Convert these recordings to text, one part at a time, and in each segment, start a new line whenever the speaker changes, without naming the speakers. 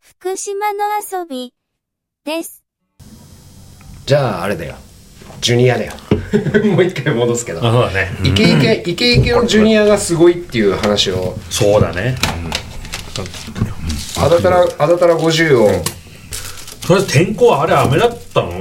福島の遊びです。
じゃあ、あれだよ。ジュニアだよ。 もう一回戻すけど。
そうだね。
イケイケ、イケイケのジュニアがすごいっていう話を、
そうだね。
あだたら、あだたら50を、
それ天候あれ雨だったの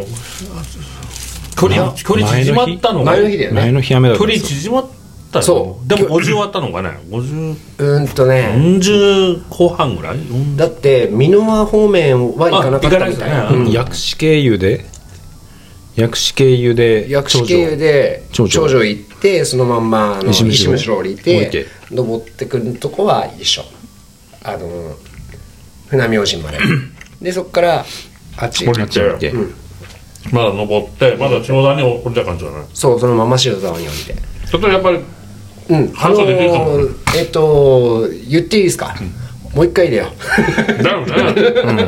距離、距離縮まったのか
前の日
距
だよ
前
ね。
の日雨だったん
離
ですよ
縮まったの
そう
でも50終わったのかね50
うーんとね、
40後半ぐらい40
だって、箕輪方面は行かなかったみたい
あ行かな
な。
かった
うん
薬師経由で薬師経由で
薬師経由で
頂
頂
上
上行ってそのまんまあの石
石むしろ
むしろ降り
降り
て
て
登ってくるとこは一緒あの船明神ま ででそっからあっち
降り
頂上行ってて
まだ登ってまだ千代田に降りた感じだね
そうそのまま白沢に降りて
ちょっとやっぱり
うんあ
感
の
想できるかも
ーえっと言っていいですか、もう一回だよ
だよね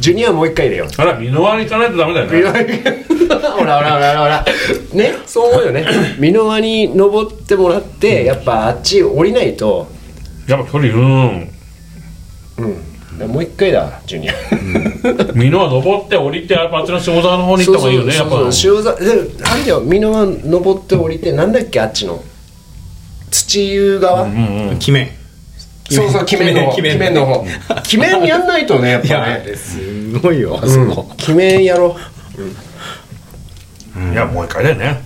ジュニアもう一回だよ
あら箕輪に行かないとダメだよね
ほらほらほらほらねそう思うよね箕輪に登ってもらってやっぱあっち降りないと
やっぱ距離うん
うんもう一回だジュニア
箕輪登って降りてやっぱあっちの下沢の方に行った方がいいよねやっぱ
そうそうそう塩沢であれだよ箕輪登って降りてなんだっけあっちの土湯側、
決め
そうそう鬼面の方
鬼
鬼
面
面の方鬼面やんないとねやっぱね
すごいよあ
う
そ
ん
こ
鬼面やろ
いやもう一回だよね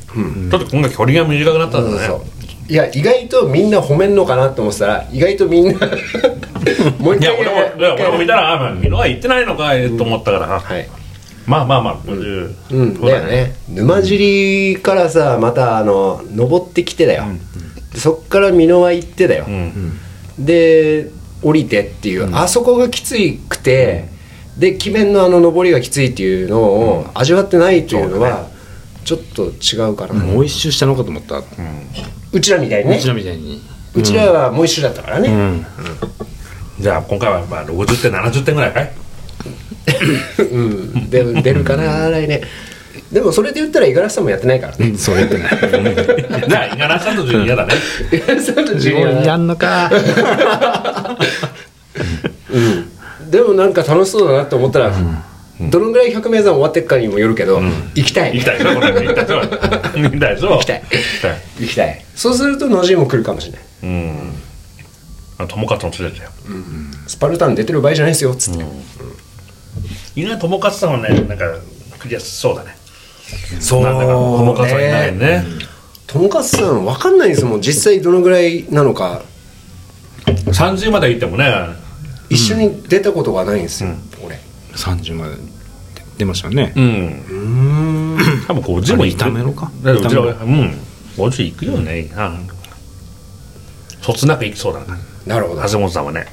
ちょっと今回距離が短くなった
そうんそう
だ
そ
ね
ういや意外とみんな褒めんのかなと思ってたら意外とみんなもう一回
いや俺もいや俺も見
た
たらあ箕輪行ってないのかいと思ったから
はい
まあまあまあ50
うん
そう
だよね沼尻からさまたあの登ってきてだよ、でそっから箕輪行ってだよ、
うん
で降りてっていう、あそこがきついくて、で鬼面のあの上りがきついっていうのを味わってないというのは、ちょっと違うから、う
もう一周したのかと思ったう
ちらみたいにね
ちらみたいに
うちらはもう一緒だったからね、
じゃあ今回はまあ60点70点ぐらいか い
うん、で出るかな来年でもそれで言ったら五十嵐さんもやってないからね
そうやってない
じゃあ五十嵐さんとジュニアだね
五十嵐さんとジュニアは
やんのか
でもなんか楽しそうだなと思ったら、どのぐらい百名山終わってっかにもよるけど、行きたい
行きたいでしょこれ行きたい でしょ行きたいでし
きた
ょ行
い行きたいそうすると野尻も来るかもしれない
うんあ友勝も連れてたよ
スパルタン出てる場合じゃないですよっつって、
意外と友勝さんはねなんかクリアしそうだね
そう
なんだか友勝さんいないね
ともかつさん分かんないですもん実際どのぐらいなのか
30まで行ってもね
一緒に出たことがないんですよ、俺
30まで出ましたよね
うん多分50も行く
あれ炒めろか
だらうちら
炒めろ
うん50行くよねあそつなく行きそうだな
なるほど
橋本さんはね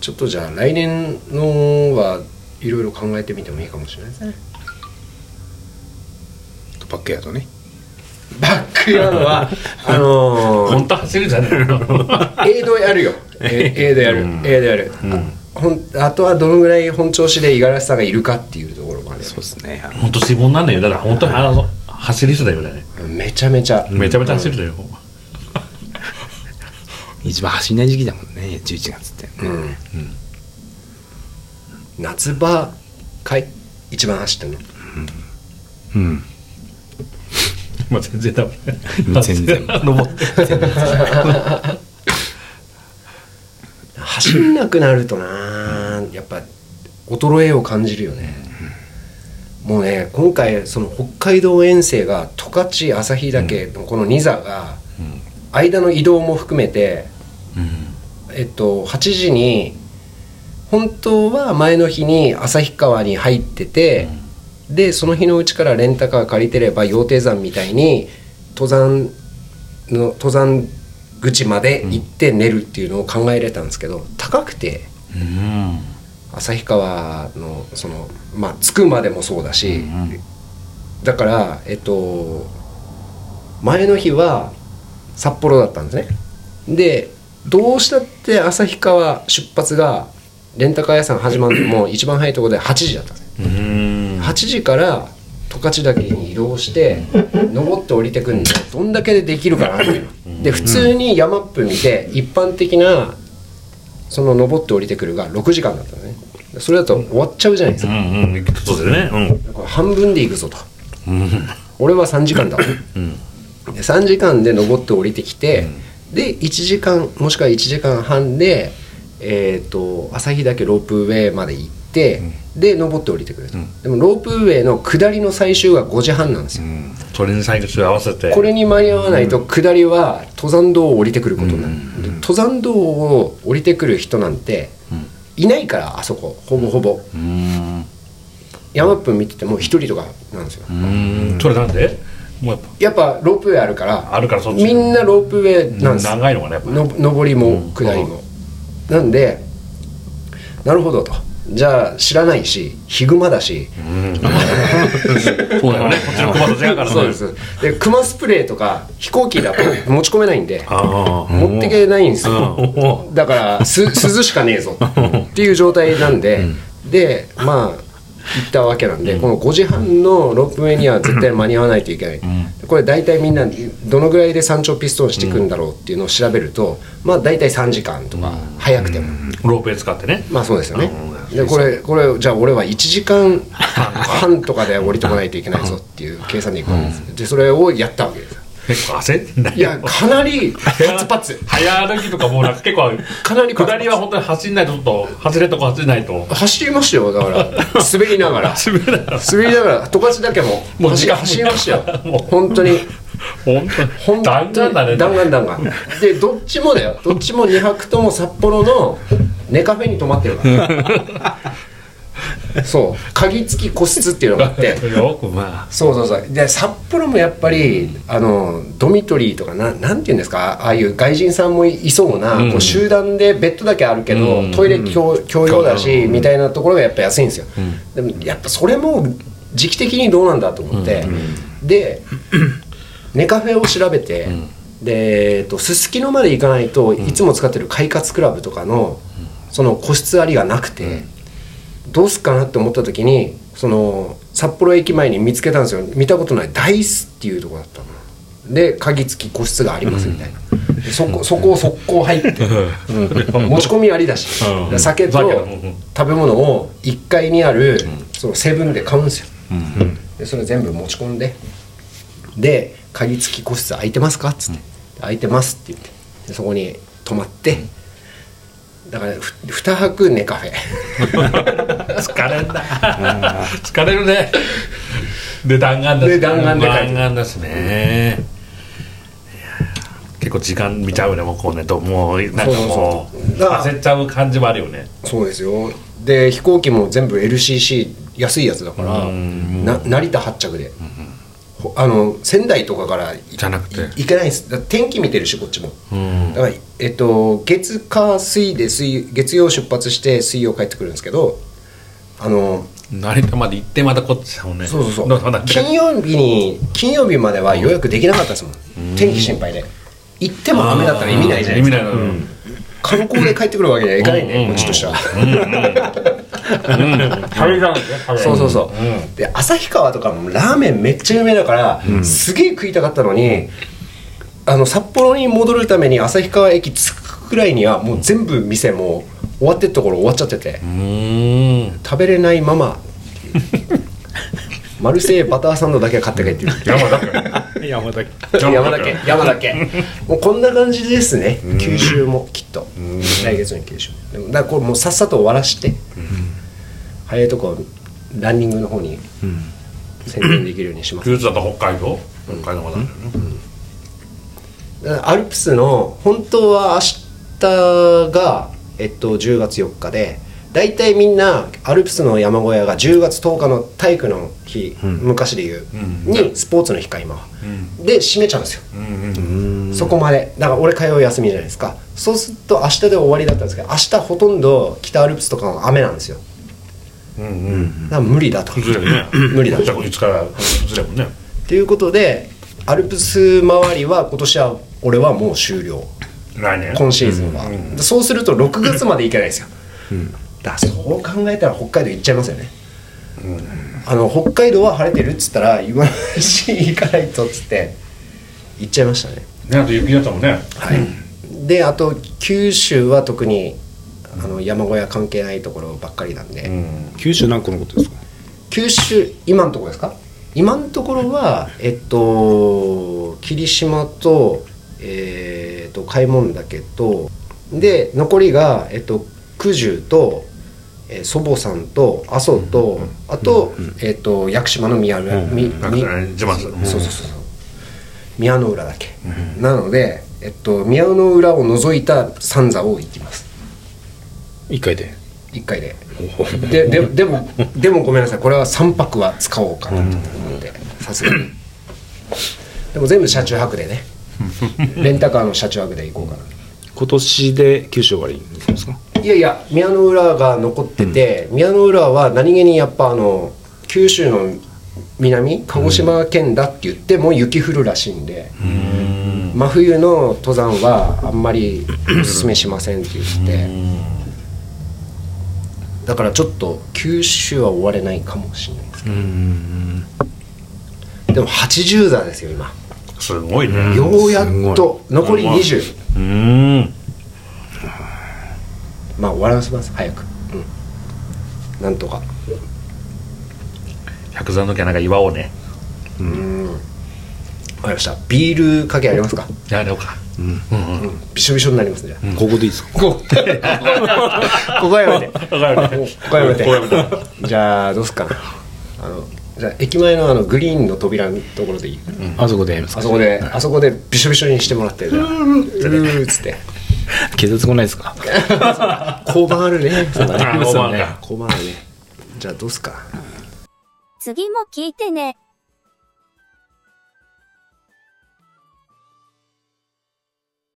ちょっとじゃあ来年のはいろいろ考えてみてもいいかもしれないですね
バックヤードね
バックヤードはあのー、
本当走るじゃねえの
エイドやるよえエイドやる、エイドやる、あほんあとはどのぐらい本調子で五十嵐さんがいるかっていうところまで
そうですね
本当脂肪になんねえよだから本当にあの走り人だよね
めちゃめちゃ、
めちゃめちゃ走る人よ、
一番走んない時期だもんね11月って
夏場かい一番走ってるの
うん
まあ全然ダメ
全然
登って
走んなくなるとな、やっぱ衰えを感じるよね、もうね今回その北海道遠征が十勝旭岳のこの2座が、間の移動も含めて、えっと8時に本当は前の日に旭川に入ってて、でその日のうちからレンタカー借りてれば羊蹄山みたいに登山の登山口まで行って寝るっていうのを考えれたんですけど、高くて
うん
旭川のそのまあ着くまでもそうだし、だからえっと前の日は札幌だったんですねでどうしたって旭川出発がレンタカー屋さん始ま るのも一番早いところで8時だったんですね
うん
8時から十勝岳に移動 して登って降りてくんでどんだけでできるかなっていうで普通に山っぷ見て一般的なその登って降りてくるが6時間だったのねそれだと終わっちゃうじゃないです
う
か、
んうんそうだよね
これ半分で行くぞと、俺は3時間 だ、で3時間で登って降りてきて、で1時間もしくは1時間半で、えー、と朝日岳ロープウェイまで行って、で登って降りてくると、でもロープウェイの下りの最終が5時半なんですよ、
うん、うん、それに最後合わせて
これに間に合わないと下りは登山道を降りてくることになる、で登山道を降りてくる人なんていないからあそこほぼほぼ、
うん
山っぷん見てても一人とかなんですよ、
うんそれなんでもうや
や
っ
っぱロープウェイあるから
あるからそっち
みんなロープウェイ
ぱ
なんです
長いのがねやっぱ
の上りも下りも、なんでなるほどとじゃあ知らないしヒグマだし、
そうだよねこっちの熊と違うからね
そうですでクマスプレーとか飛行機だと持ち込めないんで
ああ
持ってけないんですよ、
お
だからす鈴しかねえぞって いう状態なんで、でまあ行ったわけなんで、この5時半のロープウェイには絶対間に合わないといけない、これ大体みんなどのぐらいで山頂ピストンしていくんだろうっていうのを調べると、まあ大体3時間とか早くても、
ロープウェイ使ってね
まあそうですよね
う、ん
でこれこれじゃあ俺は1時間半とかで降りてこないといけないぞっていう計算でいくわけです、でそれをやったわけです
結構焦ってんだよ
いやかなりパツパツ
早歩きとかもうなんか結構
かなりパツパツ
下りは本当に走んないとちょっと走れとか走んないと
走りましたよだから滑りながら
滑らない
滑りながら十勝だけも
もう時間も
走りましたよ
もう
本当に
本当に弾丸だね
弾丸弾丸でどっちもだよどっちも2泊とも札幌のネカフェに泊まってる からそう鍵付き個室っていうのがあって
よくまあ
そうそうそうで札幌もやっぱりあのドミトリーとかななんていうんですかああいう外人さんもいそうな、こう集団でベッドだけあるけど、
うん
トイレ共共用だし、みたいなところがやっぱ安いんですよ、でもやっぱそれも時期的にどうなんだと思って、でネカフェを調べて、でえっとすすきのまで行かないといつも使ってる快活クラブとかのその個室ありがなくて。どうすっかなって思った時にその札幌駅前に見つけたんですよ見たことないダイスっていうとこだったので鍵付き個室がありますみたいな、でそこそこを速攻入って持ち込みありだし、
うん
酒と
だけどうん
食べ物を1階にあるそのセブンで買うんですよ、でそれ全部持ち込んでで「鍵付き個室空いてますか?」っつって「空いてます」って言ってでそこに泊まってだからふ2泊寝カフェ
疲れんだ疲れるねで弾丸だ
で弾丸で帰って
弾丸だしねいやー結構時間見ちゃうねもうこうねともうなんかも
そう
う
そうそうだから
焦っちゃう感じもあるよね
そうですよで飛行機も全部 LCC 安いやつだからな成田発着で、ほあの仙台とかからい
じゃなくて
い行けないんですだから天気見てるしこっちも、
うん
だから、えっと、月火水で水月曜出発して水曜帰ってくるんですけどあの
成田まで行ってまたこっちだもんね
そうそうそう
だからまだ
金曜日に金曜日までは予約できなかったですもん、天気心配で行っても雨だったら意味ないじゃないですか
意味ないな
観光で帰ってくるわけにはいかないね、こっちとしては。
軽井沢ですね軽井沢
そうそうそう、で旭川とかもラーメンめっちゃ有名だから、すげえ食いたかったのにあの札幌に戻るために旭川駅着くくらいにはもう全部店もう終わってったところ終わっちゃってて、
うーん
食べれないままマルセイユバターサンドだけは買って帰ってる
山だから
山田
山だけ山だけ もうこんな感じですね九州もきっと来月の九州でもだからこれもうさっさと終わらして早いとこランニングの方に専念できるようにします
ルーツだと北海道北海道まだね
だからアルプスの本当は明日がえっと10月4日で大体みんなアルプスの山小屋が10月10日の体育の日、昔で言う、にスポーツの日か今は、で閉めちゃうんですよ、そこまでだから俺火曜休みじゃないですかそうすると明日で終わりだったんですけど明日ほとんど北アルプスとかは雨なんですよだから無理だと
崩れるね
無理だ
じゃあこいつから崩れるもんね
ということでアルプス周りは今年は俺はもう終了
来年
今シーズンは、そうすると6月までいけないですよ、だからそう考えたら北海道行っちゃいますよね、あの北海道は晴れてるっつったら岩梨行かないとっつって行っちゃいましたね
ねあと雪だったもんね
はい、であと九州は特にあの山小屋関係ないところばっかりなんで、
九州何個のことですか
九州今のところですか今のところはえっと霧島とえー、っと開門岳とで残りがえっと九十と、えー祖母さんと阿蘇と、あと、えっと屋久島の宮浦、み
ん
み
うん一番
そうそうそうそう宮の浦だけ、なのでえっと宮の浦を除いた三座を行きます
一回で
一回ででででもでもごめんなさいこれは3泊は使おうかなと思ってさすがにでも全部車中泊でねレンタカーの車中泊で行こうかな
今年で九州終わりにするんですか
いやいや宮の浦が残ってて、宮の浦は何気にやっぱあの九州の南鹿児島県だって言っても雪降るらしいんで、真冬の登山はあんまりおすすめしませんって言っててだからちょっと九州は終われないかもしれないですけどでも80座ですよ今
すごいね
ようやっと残り20
うん
まあ終わらせます早く、うん、なんとか
百座の時はなんか祝おうね
わかりましたビールかけありますか
やろうか
びしょびしょになりますねじゃ
ここでいいですか
あここはやめてこ
わかるね
こはやめてじゃあどうすっかなあのじゃあ駅前のあのグリーンの扉のところでいい
あそこでやります
あ
か
そこで、あそこでびしょびしょにしてもらって、じゃあ、うーっつ って。
警察来ないですか
交番あるね。そうだね
あ交番か
交番あるね。じゃあ、どうすか。
次も聞いてね。